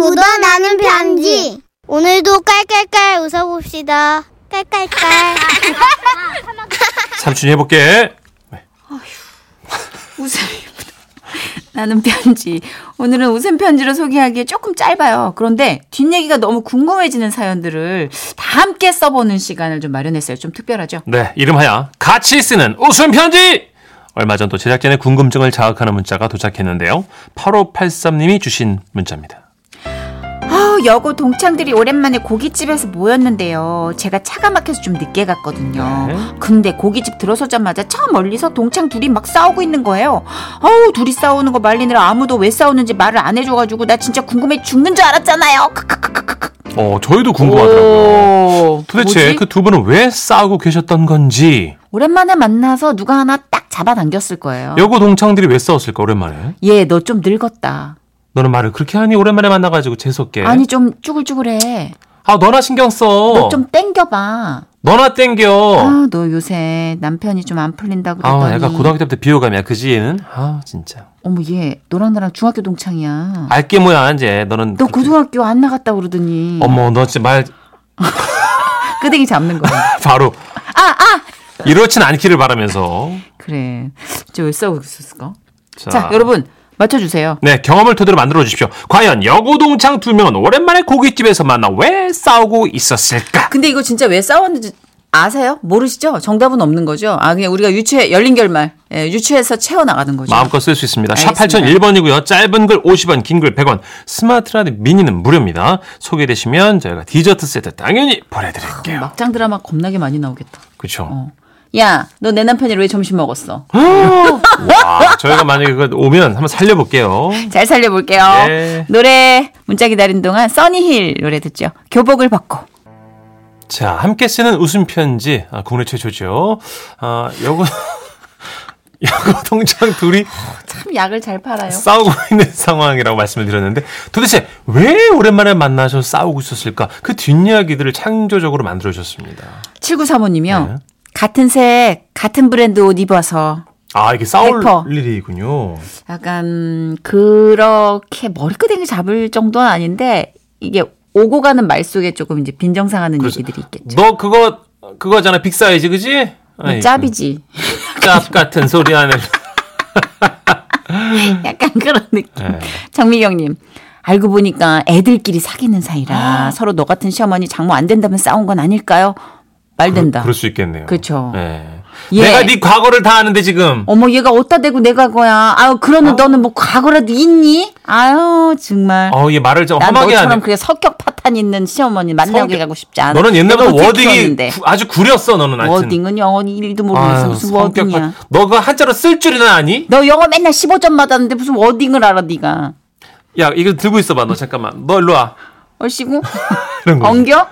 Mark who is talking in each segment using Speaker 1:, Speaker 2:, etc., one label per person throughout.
Speaker 1: 나는 편지. 오늘도 깔깔깔 웃어봅시다. 깔깔깔.
Speaker 2: 삼촌이 해볼게.
Speaker 3: 웃음. 나는 편지. 오늘은 웃음 편지로 소개하기에 조금 짧아요. 그런데 뒷얘기가 너무 궁금해지는 사연들을 다 함께 써보는 시간을 좀 마련했어요. 좀 특별하죠?
Speaker 2: 네, 이름하여 같이 쓰는 웃음 편지! 얼마 전 또 제작진의 궁금증을 자극하는 문자가 도착했는데요. 8583님이 주신 문자입니다.
Speaker 3: 아, 여고 동창들이 오랜만에 고깃집에서 모였는데요. 제가 차가 막혀서 좀 늦게 갔거든요.
Speaker 2: 네.
Speaker 3: 근데 고깃집 들어서자마자 차 멀리서 동창 둘이 막 싸우고 있는 거예요. 아우, 둘이 싸우는 거 말리느라 아무도 왜 싸우는지 말을 안 해줘가지고 나 진짜 궁금해 죽는 줄 알았잖아요. 크크크크크크.
Speaker 2: 어, 저희도 궁금하더라고요.
Speaker 3: 오,
Speaker 2: 도대체
Speaker 3: 뭐지?
Speaker 2: 그 두 분은 왜 싸우고 계셨던 건지,
Speaker 3: 오랜만에 만나서 누가 하나 딱 잡아당겼을 거예요.
Speaker 2: 여고 동창들이 왜 싸웠을까, 오랜만에?
Speaker 3: 얘, 너 좀 늙었다.
Speaker 2: 너는 말을 그렇게 하니 오랜만에 만나가지고 재수없게.
Speaker 3: 아니, 좀 쭈글쭈글해.
Speaker 2: 아, 너나 신경 써.
Speaker 3: 너 좀 땡겨봐.
Speaker 2: 너나 땡겨.
Speaker 3: 아, 너 요새 남편이 좀 안 풀린다
Speaker 2: 어. 아,
Speaker 3: 그러더니.
Speaker 2: 애가 고등학교 때부터 비호감이야. 그지, 얘는? 아, 진짜.
Speaker 3: 어머 얘 너랑 나랑 중학교 동창이야.
Speaker 2: 알게 뭐야, 이제. 너는.
Speaker 3: 너
Speaker 2: 아, 그렇게-
Speaker 3: 고등학교 안 나갔다 그러더니
Speaker 2: 어머, 너 진짜 말
Speaker 3: 끄댕이 잡는 거야.
Speaker 2: 바로.
Speaker 3: 아,
Speaker 2: 이렇진 않기를 바라면서.
Speaker 3: 그래. 진짜 왜 싸우고 있었을까?
Speaker 2: 자,
Speaker 3: 자, 여러분 맞춰주세요.
Speaker 2: 네, 경험을 토대로 만들어 주십시오. 과연 여고동창 두 명은 오랜만에 고깃집에서 만나 왜 싸우고 있었을까?
Speaker 3: 근데 이거 진짜 왜 싸웠는지 아세요? 모르시죠? 정답은 없는 거죠. 아 그냥 우리가 유추해 열린 결말 예, 유추해서 채워 나가는 거죠.
Speaker 2: 마음껏 쓸 수 있습니다. 샵
Speaker 3: 알겠습니다.
Speaker 2: 8001번이고요. 짧은 글 50원, 긴 글 100원. 스마트 라디오 미니는 무료입니다. 소개되시면 저희가 디저트 세트 당연히 보내드릴게요.
Speaker 3: 막장 드라마 겁나게 많이 나오겠다. 어.
Speaker 2: 그렇죠.
Speaker 3: 야, 너 내 남편이 왜 점심 먹었어?
Speaker 2: 와, 저희가 만약에 그거 오면 한번 살려볼게요.
Speaker 3: 잘 살려볼게요.
Speaker 2: 예.
Speaker 3: 노래 문자 기다린 동안 써니힐 노래 듣죠. 교복을 벗고.
Speaker 2: 자, 함께 쓰는 웃음 편지 아, 국내 최초죠. 아, 여고 여고 동창 둘이
Speaker 3: 참 약을 잘 팔아요.
Speaker 2: 싸우고 있는 상황이라고 말씀을 드렸는데 도대체 왜 오랜만에 만나서 싸우고 있었을까? 그 뒷이야기들을 창조적으로 만들어 주셨습니다.
Speaker 3: 7935님이요.
Speaker 2: 네.
Speaker 3: 같은 색, 같은 브랜드 옷 입어서
Speaker 2: 아, 이게 싸울
Speaker 3: 백퍼.
Speaker 2: 일이군요.
Speaker 3: 약간 그렇게 머리끄댕이 잡을 정도는 아닌데 이게 오고 가는 말 속에 조금 이제 빈정상하는 얘기들이 있겠죠.
Speaker 2: 너 그거 그거잖아. 빅 사이즈 그지? 음. 아이, 예.
Speaker 3: 짭이지.
Speaker 2: 짭 같은 소리 하는.
Speaker 3: 약간 그런 느낌.
Speaker 2: 네.
Speaker 3: 정미경님. 알고 보니까 애들끼리 사귀는 사이라
Speaker 2: 아.
Speaker 3: 서로 너 같은 시어머니 장모 안 된다면 싸운 건 아닐까요? 말 된다.
Speaker 2: 그럴 수 있겠네요.
Speaker 3: 그쵸.
Speaker 2: 네.
Speaker 3: 예.
Speaker 2: 내가 네 과거를 다 아는데 지금.
Speaker 3: 어머 얘가 어디다 대고 내가 거야. 아유 그러는 너는 뭐 과거라도 있니? 아유 정말.
Speaker 2: 어, 얘 말을 좀
Speaker 3: 난
Speaker 2: 험하게
Speaker 3: 너처럼
Speaker 2: 하네.
Speaker 3: 그게 성격 파탄 있는 시어머니 만나게
Speaker 2: 성격-
Speaker 3: 가고 싶지 않아.
Speaker 2: 너는 옛날부터
Speaker 3: 내가 어떻게
Speaker 2: 워딩이
Speaker 3: 키웠는데.
Speaker 2: 구- 아주 구렸어 너는 하여튼.
Speaker 3: 워딩은 영어니 일도 모르면서
Speaker 2: 아유,
Speaker 3: 무슨
Speaker 2: 성격
Speaker 3: 워딩이야.
Speaker 2: 파- 너가 한자로 쓸 줄이나 아니?
Speaker 3: 너 영어 맨날 15점 맞았는데 무슨 워딩을 알아 네가.
Speaker 2: 야, 이거 들고 있어봐. 너 잠깐만. 너 일로 와.
Speaker 3: 얼씨구
Speaker 2: 이런 거.
Speaker 3: 엉겨?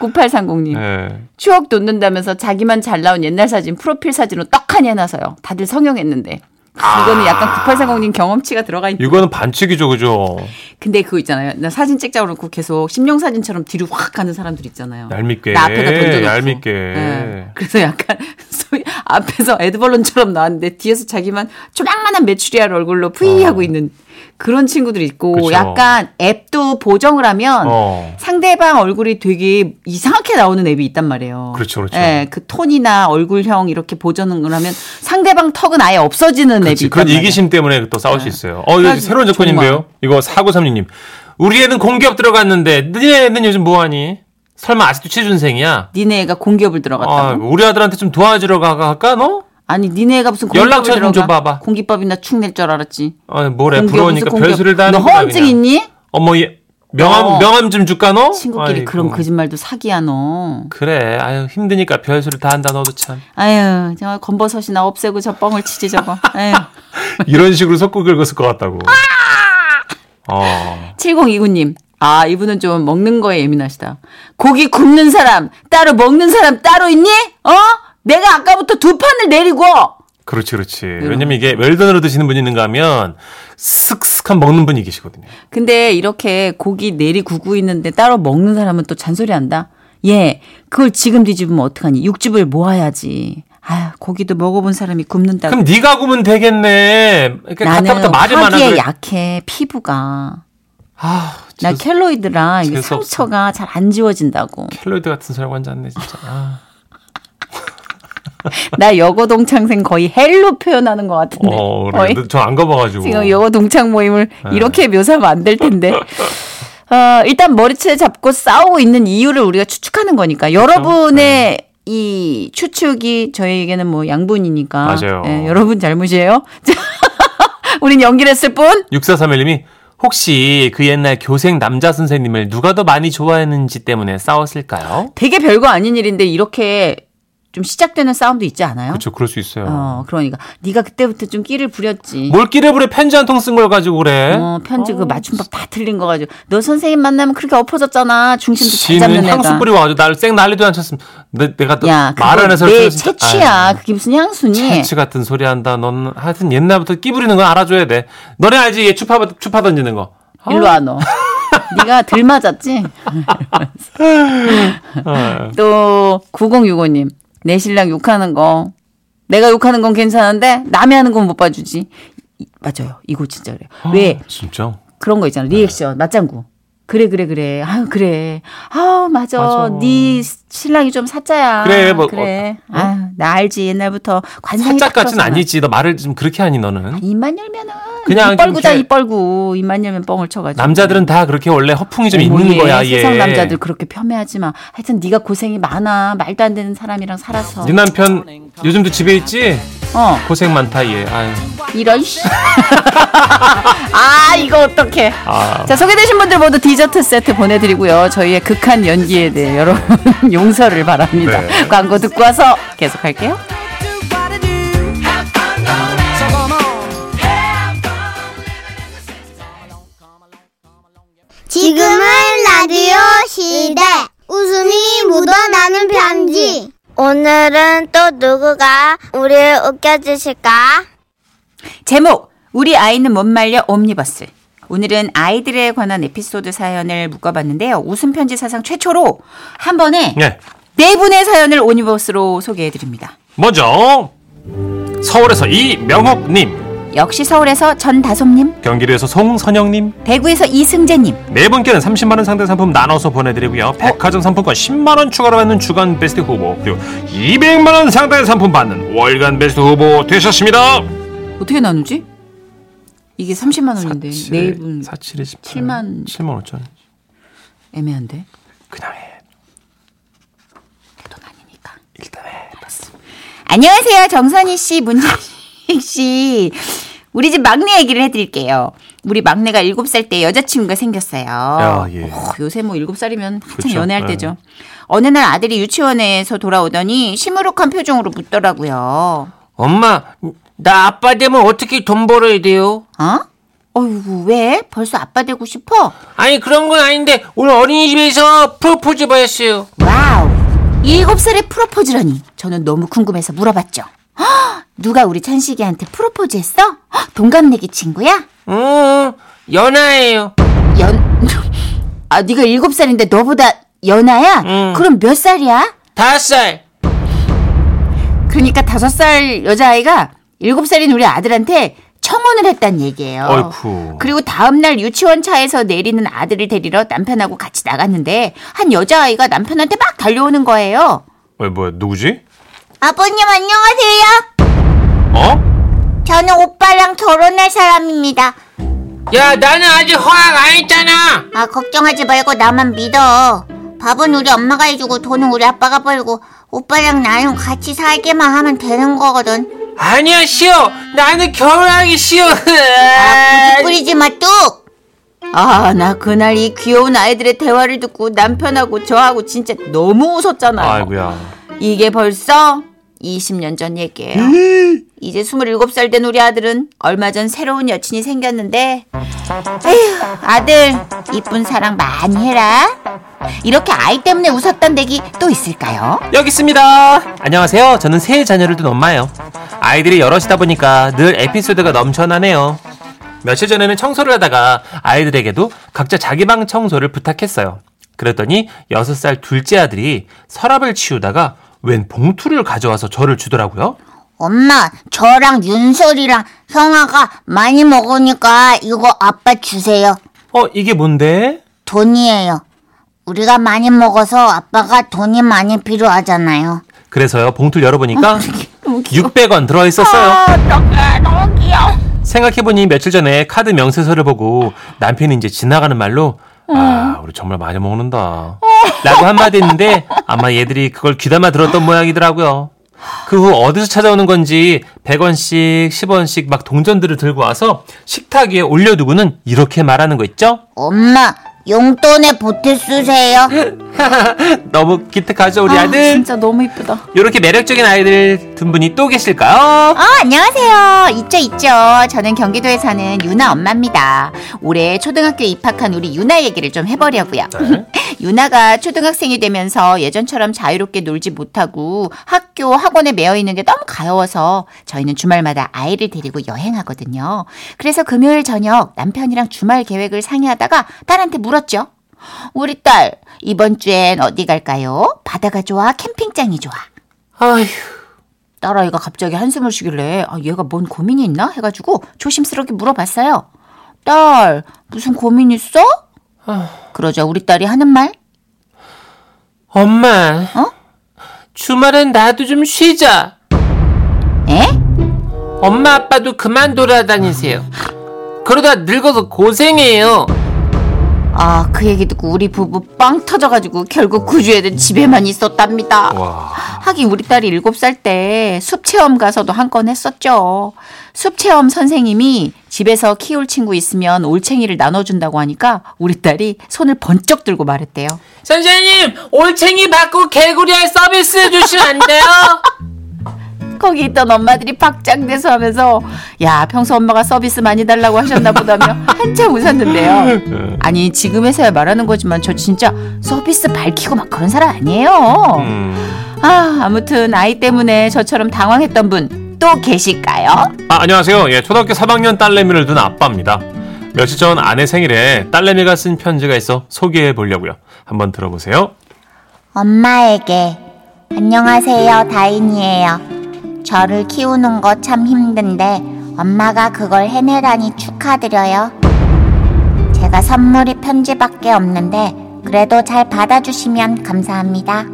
Speaker 3: 9830님
Speaker 2: 예.
Speaker 3: 추억 돋는다면서 자기만 잘 나온 옛날 사진 프로필 사진으로 떡하니 해놔서요. 다들 성형했는데
Speaker 2: 아.
Speaker 3: 이거는 약간 9830님 경험치가 들어가 있는.
Speaker 2: 이거는 반칙이죠, 그죠?
Speaker 3: 근데 그거 있잖아요. 나 사진 찍자고 그러고 계속 심령 사진처럼 뒤로 확 가는 사람들 있잖아요.
Speaker 2: 얄밉게.
Speaker 3: 나 앞에다 던져놓고.
Speaker 2: 얄밉게.
Speaker 3: 예. 그래서 약간 소위 앞에서 에드벌런처럼 나왔는데 뒤에서 자기만 조만만한 메추리알 얼굴로 푸이 하고 있는 그런 친구들이 있고
Speaker 2: 어. 그쵸.
Speaker 3: 약간 앱도 보정을 하면
Speaker 2: 어.
Speaker 3: 상대방 얼굴이 되게 이상하게 나오는 앱이 있단 말이에요.
Speaker 2: 그렇죠, 그렇죠.
Speaker 3: 예, 그 톤이나 얼굴형 이렇게 보정을 하면 상대방 턱은 아예 없어지는 앱이
Speaker 2: 그렇지.
Speaker 3: 있단
Speaker 2: 그런
Speaker 3: 말이에요.
Speaker 2: 이기심 때문에 또 싸울 수 있어요. 어, 이거
Speaker 3: 예. 그래가지고
Speaker 2: 새로운 조건인데요. 이거 4936님. 우리 애는 공기업 들어갔는데, 너네 애는 요즘 뭐하니? 설마 아직도 취준생이야?
Speaker 3: 니네가 공기업을 들어갔다고.
Speaker 2: 아, 우리 아들한테 좀 도와주러 가- 갈까, 너?
Speaker 3: 아니 니네가 무슨
Speaker 2: 연락처
Speaker 3: 공기밥이
Speaker 2: 좀
Speaker 3: 들어가?
Speaker 2: 줘봐봐.
Speaker 3: 공기밥이나 축낼 줄 알았지.
Speaker 2: 아, 뭐래.
Speaker 3: 공기업
Speaker 2: 부러우니까
Speaker 3: 무슨 공기업.
Speaker 2: 별수를 다
Speaker 3: 너
Speaker 2: 하는
Speaker 3: 허언증 있니?
Speaker 2: 어머, 얘, 명함,
Speaker 3: 어.
Speaker 2: 명함 좀 줄까, 너?
Speaker 3: 친구끼리
Speaker 2: 아이고.
Speaker 3: 그런 거짓말도 사기야 너.
Speaker 2: 그래. 아유, 힘드니까 별수를 다 한다, 너도 참.
Speaker 3: 아유 정말 건버섯이나 없애고 저 뻥을 치지 저거. 예. 아유.
Speaker 2: 이런 식으로 섞고 긁었을 것 같다고.
Speaker 3: 아!
Speaker 2: 어.
Speaker 3: 7029님. 아 이분은 좀 먹는 거에 예민하시다. 고기 굽는 사람 따로 먹는 사람 따로 있니? 어? 내가 아까부터 두 판을 내리고.
Speaker 2: 그렇지, 그렇지.
Speaker 3: 음.
Speaker 2: 왜냐면 이게 웰던으로 드시는 분이 있는가 하면 쓱쓱한 먹는 분이 계시거든요.
Speaker 3: 근데 이렇게 고기 내리 구고 있는데 따로 먹는 사람은 또 잔소리한다. 예, 그걸 지금 뒤집으면 어떡하니? 육즙을 모아야지. 아유, 고기도 먹어본 사람이 굽는다고.
Speaker 2: 그럼 그 네가 구면 되겠네. 이렇게
Speaker 3: 나는
Speaker 2: 갖다부터 말을 많아.
Speaker 3: 화기에
Speaker 2: 그래.
Speaker 3: 약해 피부가.
Speaker 2: 아,
Speaker 3: 나
Speaker 2: 진짜
Speaker 3: 켈로이드랑 이게
Speaker 2: 재수 없어.
Speaker 3: 상처가 잘 안 지워진다고.
Speaker 2: 켈로이드 같은 소리 하고 앉았네 진짜. 아.
Speaker 3: 나 여고 동창생 거의 헬로 표현하는 것 같은데.
Speaker 2: 어,
Speaker 3: 거의.
Speaker 2: 그래. 저안 가봐가지고.
Speaker 3: 네. 지금 여고 동창 모임을
Speaker 2: 네.
Speaker 3: 이렇게 묘사하면 안 될 텐데. 어, 일단 머리채 잡고 싸우고 있는 이유를 우리가 추측하는 거니까
Speaker 2: 그렇죠. 네.
Speaker 3: 여러분의 이 추측이 저희에게는 뭐 양분이니까
Speaker 2: 맞아요.
Speaker 3: 예, 여러분 잘못이에요. 우린 연기를 했을 뿐.
Speaker 2: 6431님이 혹시 그 옛날 교생 남자 선생님을 누가 더 많이 좋아했는지 때문에 싸웠을까요?
Speaker 3: 되게 별거 아닌 일인데 이렇게 좀 시작되는 싸움도 있지 않아요?
Speaker 2: 그렇죠, 그럴 수 있어요.
Speaker 3: 어, 그러니까 네가 그때부터 좀 끼를 부렸지.
Speaker 2: 몰기를 부래 편지 한 통 쓴 걸 가지고 그래.
Speaker 3: 어, 편지 그 맞춤법 다 틀린 거 가지고 너 선생님 만나면 그렇게 엎어졌잖아. 중심도 잘
Speaker 2: 지는
Speaker 3: 잡는
Speaker 2: 향수
Speaker 3: 애가.
Speaker 2: 뿌리고 아주 나를 쌩 난리도 안 쳤음. 내, 내가
Speaker 3: 야,
Speaker 2: 말안 해서
Speaker 3: 내
Speaker 2: 그래서 진짜-
Speaker 3: 채취야.
Speaker 2: 아유,
Speaker 3: 그게 무슨 향수니?
Speaker 2: 채취 같은 소리 한다. 넌 하여튼 옛날부터 끼부리는 건 알아줘야 돼. 너네 알지? 얘 추파 추파 던지는 거.
Speaker 3: 일로 와 너. 네가 들 맞았지?
Speaker 2: 어.
Speaker 3: 또 9065님 내 신랑 욕하는 거 내가 욕하는 건 괜찮은데 남이 하는 건 못 봐주지. 이- 맞아요. 이거 진짜 그래. 요왜
Speaker 2: 진짜?
Speaker 3: 그런 거 있잖아. 리액션, 맞장구. 그래, 그래, 그래. 아유, 그래. 아우, 맞아.
Speaker 2: 맞아.
Speaker 3: 네 신랑이 좀 사짜야.
Speaker 2: 그래, 뭐,
Speaker 3: 그래. 아유, 나 알지. 옛날부터 관상이.
Speaker 2: 살짝까진
Speaker 3: 탁
Speaker 2: 아니지. 너 말을 좀 그렇게 하니 너는.
Speaker 3: 입만 열면은.
Speaker 2: 그냥
Speaker 3: 그냥. 이뻘구다,
Speaker 2: 이렇게-
Speaker 3: 이뻘구. 입만 열면 뻥을 쳐가지고.
Speaker 2: 남자들은 다 그렇게 원래 허풍이 좀
Speaker 3: 어머,
Speaker 2: 있는
Speaker 3: 얘,
Speaker 2: 거야. 예. 얘.
Speaker 3: 세상 남자들 그렇게 폄훼하지 마. 하여튼 네가 고생이 많아. 말도 안 되는 사람이랑 살아서.
Speaker 2: 네 남편 요즘도 집에 있지?
Speaker 3: 어.
Speaker 2: 고생 많다 얘. 아유.
Speaker 3: 이런 씨. 아, 이거 어떡해.
Speaker 2: 아.
Speaker 3: 자, 소개되신 분들 모두 디저트 세트 보내드리고요. 저희의 극한 연기에 대해 여러분 용서를 바랍니다.
Speaker 2: 네.
Speaker 3: 광고 듣고 와서 계속할게요.
Speaker 1: 지금은 라디오 시대. 웃음이 묻어나는 편지. 오늘은 또 누구가 우리를 웃겨주실까?
Speaker 3: 제목 우리 아이는 못 말려 옴니버스 오늘은 아이들에 관한 에피소드 사연을 묶어봤는데요. 웃음 편지 사상 최초로 한 번에
Speaker 2: 예.
Speaker 3: 네 분의 사연을 옴니버스로 소개해드립니다.
Speaker 2: 먼저 서울에서 이명옥님,
Speaker 3: 역시 서울에서 전다솜님,
Speaker 2: 경기도에서 송선영님,
Speaker 3: 대구에서 이승재님,
Speaker 2: 네 분께는 30만 원 상당 상품 나눠서 보내드리고요. 백화점 상품권 10만 원 추가로 받는 주간 베스트 후보 그리고 200만 원 상당의 상품 받는 월간 베스트 후보 되셨습니다.
Speaker 3: 네, 어떻게 나누지? 이게 30만 원인데 네분
Speaker 2: 47에 17,
Speaker 3: 7만.
Speaker 2: 7만 5천 원.
Speaker 3: 애매한데
Speaker 2: 그냥 해.
Speaker 3: 돈 아니니까.
Speaker 2: 일단 해.
Speaker 3: 안녕하세요. 정선희 씨, 문재식 씨. 우리 집 막내 얘기를 해드릴게요. 우리 막내가 7살 때 여자친구가 생겼어요.
Speaker 2: 예.
Speaker 3: 어, 요새 뭐 7살이면 한참
Speaker 2: 그쵸?
Speaker 3: 연애할
Speaker 2: 네.
Speaker 3: 때죠. 어느 날 아들이 유치원에서 돌아오더니 시무룩한 표정으로 묻더라고요.
Speaker 2: 엄마, 나 아빠 되면 어떻게 돈 벌어야 돼요?
Speaker 3: 어? 어이구, 왜? 벌써 아빠 되고 싶어?
Speaker 2: 아니 그런 건 아닌데 오늘 어린이집에서 프로포즈 받았어요.
Speaker 3: 와우. 7살에 프로포즈라니. 저는 너무 궁금해서 물어봤죠. 헉, 누가 우리 찬식이한테 프로포즈 했어? 헉, 동갑내기 친구야?
Speaker 2: 응, 연하예요.
Speaker 3: 연, 아, 네가 일곱 살인데 너보다 연하야?
Speaker 2: 음.
Speaker 3: 그럼 몇 살이야?
Speaker 2: 다섯 살.
Speaker 3: 그러니까 다섯 살 여자아이가 일곱 살인 우리 아들한테 청혼을 했단 얘기예요.
Speaker 2: 어이쿠.
Speaker 3: 그리고 다음날 유치원 차에서 내리는 아들을 데리러 남편하고 같이 나갔는데 한 여자아이가 남편한테 막 달려오는 거예요.
Speaker 2: 왜 뭐야 누구지?
Speaker 1: 아버님 안녕하세요.
Speaker 2: 어?
Speaker 1: 저는 오빠랑 결혼할 사람입니다.
Speaker 4: 야, 나는 아직 허락 안 했잖아.
Speaker 1: 아 걱정하지 말고 나만 믿어. 밥은 우리 엄마가 해주고 돈은 우리 아빠가 벌고 오빠랑 나는 같이 살게만 하면 되는 거거든.
Speaker 4: 아니야, 싫어. 나는 결혼하기 싫어.
Speaker 1: 아, 뿌리지 마 뚝.
Speaker 3: 아, 나 그날 이 귀여운 아이들의 대화를 듣고 남편하고 저하고 진짜 너무 웃었잖아요.
Speaker 2: 아이고야.
Speaker 3: 이게 벌써 20년 전 얘기예요. 이제 27살 된 우리 아들은 얼마 전 새로운 여친이 생겼는데 에휴, 아들 이쁜 사랑 많이 해라. 이렇게 아이 때문에 웃었던 댁이 또 있을까요?
Speaker 2: 여기 있습니다. 안녕하세요. 저는 세 자녀를 둔 엄마예요. 아이들이 여럿이다 보니까 늘 에피소드가 넘쳐나네요. 며칠 전에는 청소를 하다가 아이들에게도 각자 자기 방 청소를 부탁했어요. 그랬더니 여섯 살 둘째 아들이 서랍을 치우다가 웬 봉투를 가져와서 저를 주더라고요.
Speaker 1: 엄마, 저랑 윤솔이랑 형아가 많이 먹으니까 이거 아빠 주세요.
Speaker 2: 어, 이게 뭔데?
Speaker 1: 돈이에요. 우리가 많이 먹어서 아빠가 돈이 많이 필요하잖아요.
Speaker 2: 그래서요, 봉투를
Speaker 3: 아,
Speaker 2: 열어보니까 600원 들어있었어요.
Speaker 1: 아, 너무 귀여워. 어.
Speaker 2: 생각해보니 며칠 전에 카드 명세서를 보고 남편이 이제 지나가는 말로 아, 우리 정말 많이
Speaker 1: 어.
Speaker 2: 먹는다. 라고 한마디 했는데 아마 얘들이 그걸 귀담아 들었던 모양이더라고요. 그 후 어디서 찾아오는 건지 100원씩, 10원씩 막 동전들을 들고 와서 식탁 위에 올려두고는 이렇게 말하는 거 있죠?
Speaker 1: 엄마, 용돈에 보태 쓰세요.
Speaker 2: 너무 기특하죠, 우리
Speaker 3: 아,
Speaker 2: 아들?
Speaker 3: 진짜 너무 이쁘다.
Speaker 2: 이렇게 매력적인 아이들 든 분이 또 계실까요?
Speaker 3: 어, 안녕하세요. 있죠, 있죠. 저는 경기도에 사는 유나 엄마입니다. 올해 초등학교에 입학한 우리 유나 얘기를 좀 해보려고요. 유나가 초등학생이 되면서 예전처럼 자유롭게 놀지 못하고 학교, 학원에 매여 있는 게 너무 가여워서 저희는 주말마다 아이를 데리고 여행하거든요. 그래서 금요일 저녁 남편이랑 주말 계획을 상의하다가 딸한테 물었죠. 우리 딸, 이번 주엔 어디 갈까요? 바다가 좋아? 캠핑장이 좋아?
Speaker 4: 아휴,
Speaker 3: 딸아이가 갑자기 한숨을 쉬길래 아, 얘가 뭔 고민이 있나 해가지고 조심스럽게 물어봤어요. 딸 무슨 고민 있어? 그러자 우리 딸이 하는 말
Speaker 4: 엄마.
Speaker 3: 어?
Speaker 4: 주말엔 나도 좀 쉬자.
Speaker 3: 에?
Speaker 4: 엄마 아빠도 그만 돌아다니세요. 그러다 늙어서 고생해요.
Speaker 3: 아 그 얘기 듣고 우리 부부 빵 터져가지고 결국 구주애들 집에만 있었답니다.
Speaker 1: 어.
Speaker 2: 와.
Speaker 3: 하긴 우리 딸이 7살 때 숲 체험 가서도 한 건 했었죠. 숲 체험 선생님이 집에서 키울 친구 있으면 올챙이를 나눠준다고 하니까 우리 딸이 손을 번쩍 들고 말했대요.
Speaker 4: 선생님, 올챙이 받고 개구리알 서비스 해주시면 안 돼요?
Speaker 3: 거기 있던 엄마들이 박장대소 하면서 야 평소 엄마가 서비스 많이 달라고 하셨나 보다며 한참 웃었는데요. 아니 지금에서야 말하는 거지만 저 진짜 서비스 밝히고 막 그런 사람 아니에요.
Speaker 2: 음.
Speaker 3: 아 아무튼 아이 때문에 저처럼 당황했던 분 또 계실까요?
Speaker 2: 아, 안녕하세요. 예, 초등학교 3학년 딸내미를 둔 아빠입니다. 며칠 전 아내 생일에 딸내미가 쓴 편지가 있어 소개해 보려고요. 한번 들어보세요.
Speaker 1: 엄마에게 안녕하세요 다인이에요 저를 키우는 거 참 힘든데 엄마가 그걸 해내라니 축하드려요 제가 선물이 편지밖에 없는데 그래도 잘 받아주시면 감사합니다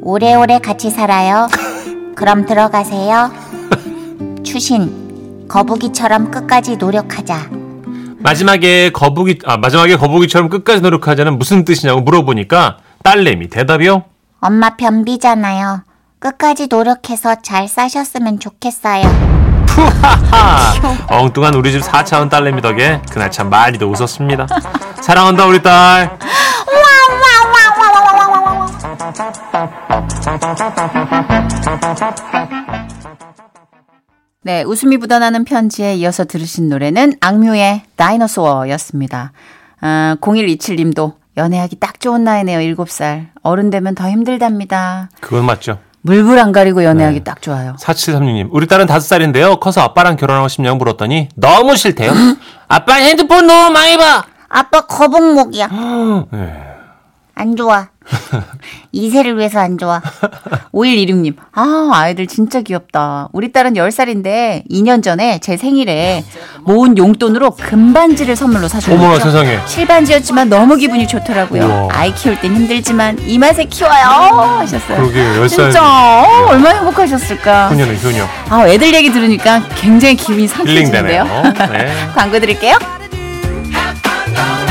Speaker 1: 오래오래 같이 살아요 그럼 들어가세요 추신 거북이처럼 끝까지 노력하자
Speaker 2: 마지막에 거북이 아, 마지막에 거북이처럼 끝까지 노력하자는 무슨 뜻이냐고 물어보니까 딸내미 대답이요.
Speaker 1: 엄마 변비잖아요 끝까지 노력해서 잘 싸셨으면 좋겠어요
Speaker 2: 푸하하. 아, 엉뚱한 우리 집 4차원 딸내미 덕에 그날 참 많이도 웃었습니다. 사랑한다 우리 딸.
Speaker 3: 네, 웃음이 묻어나는 편지에 이어서 들으신 노래는 악뮤의 다이너소어였습니다. 아, 0127님도 연애하기 딱 좋은 나이네요, 7살. 어른 되면 더 힘들답니다.
Speaker 2: 그건 맞죠.
Speaker 3: 물불 안 가리고 연애하기 딱 좋아요.
Speaker 2: 4736님. 우리 딸은 5살인데요. 커서 아빠랑 결혼하고 싶냐고 물었더니 너무 싫대요.
Speaker 4: 아빠 핸드폰 너무 많이 봐.
Speaker 1: 아빠 거북목이야
Speaker 2: 네.
Speaker 1: 안 좋아. 이세를 위해서 안 좋아.
Speaker 3: 5126님, 아, 아이들 진짜 귀엽다. 우리 딸은 10살인데 2년 전에 제 생일에 모은 용돈으로 금반지를 선물로
Speaker 2: 어머나
Speaker 3: 사줬어요.
Speaker 2: 세상에.
Speaker 3: 실반지였지만 너무 기분이 좋더라고요.
Speaker 2: 우와.
Speaker 3: 아이 키울 땐 힘들지만 이 맛에 키워요! 하셨어요.
Speaker 2: 그러게요. 네. 10살.
Speaker 3: 진짜 어, 얼마나 행복하셨을까.
Speaker 2: 효녀네 효녀.
Speaker 3: 아 애들 얘기 들으니까 굉장히 기분이
Speaker 2: 힐링되네요.
Speaker 3: 상쾌해지는데요.
Speaker 2: 네.
Speaker 3: 광고 드릴게요.
Speaker 5: Have fun, go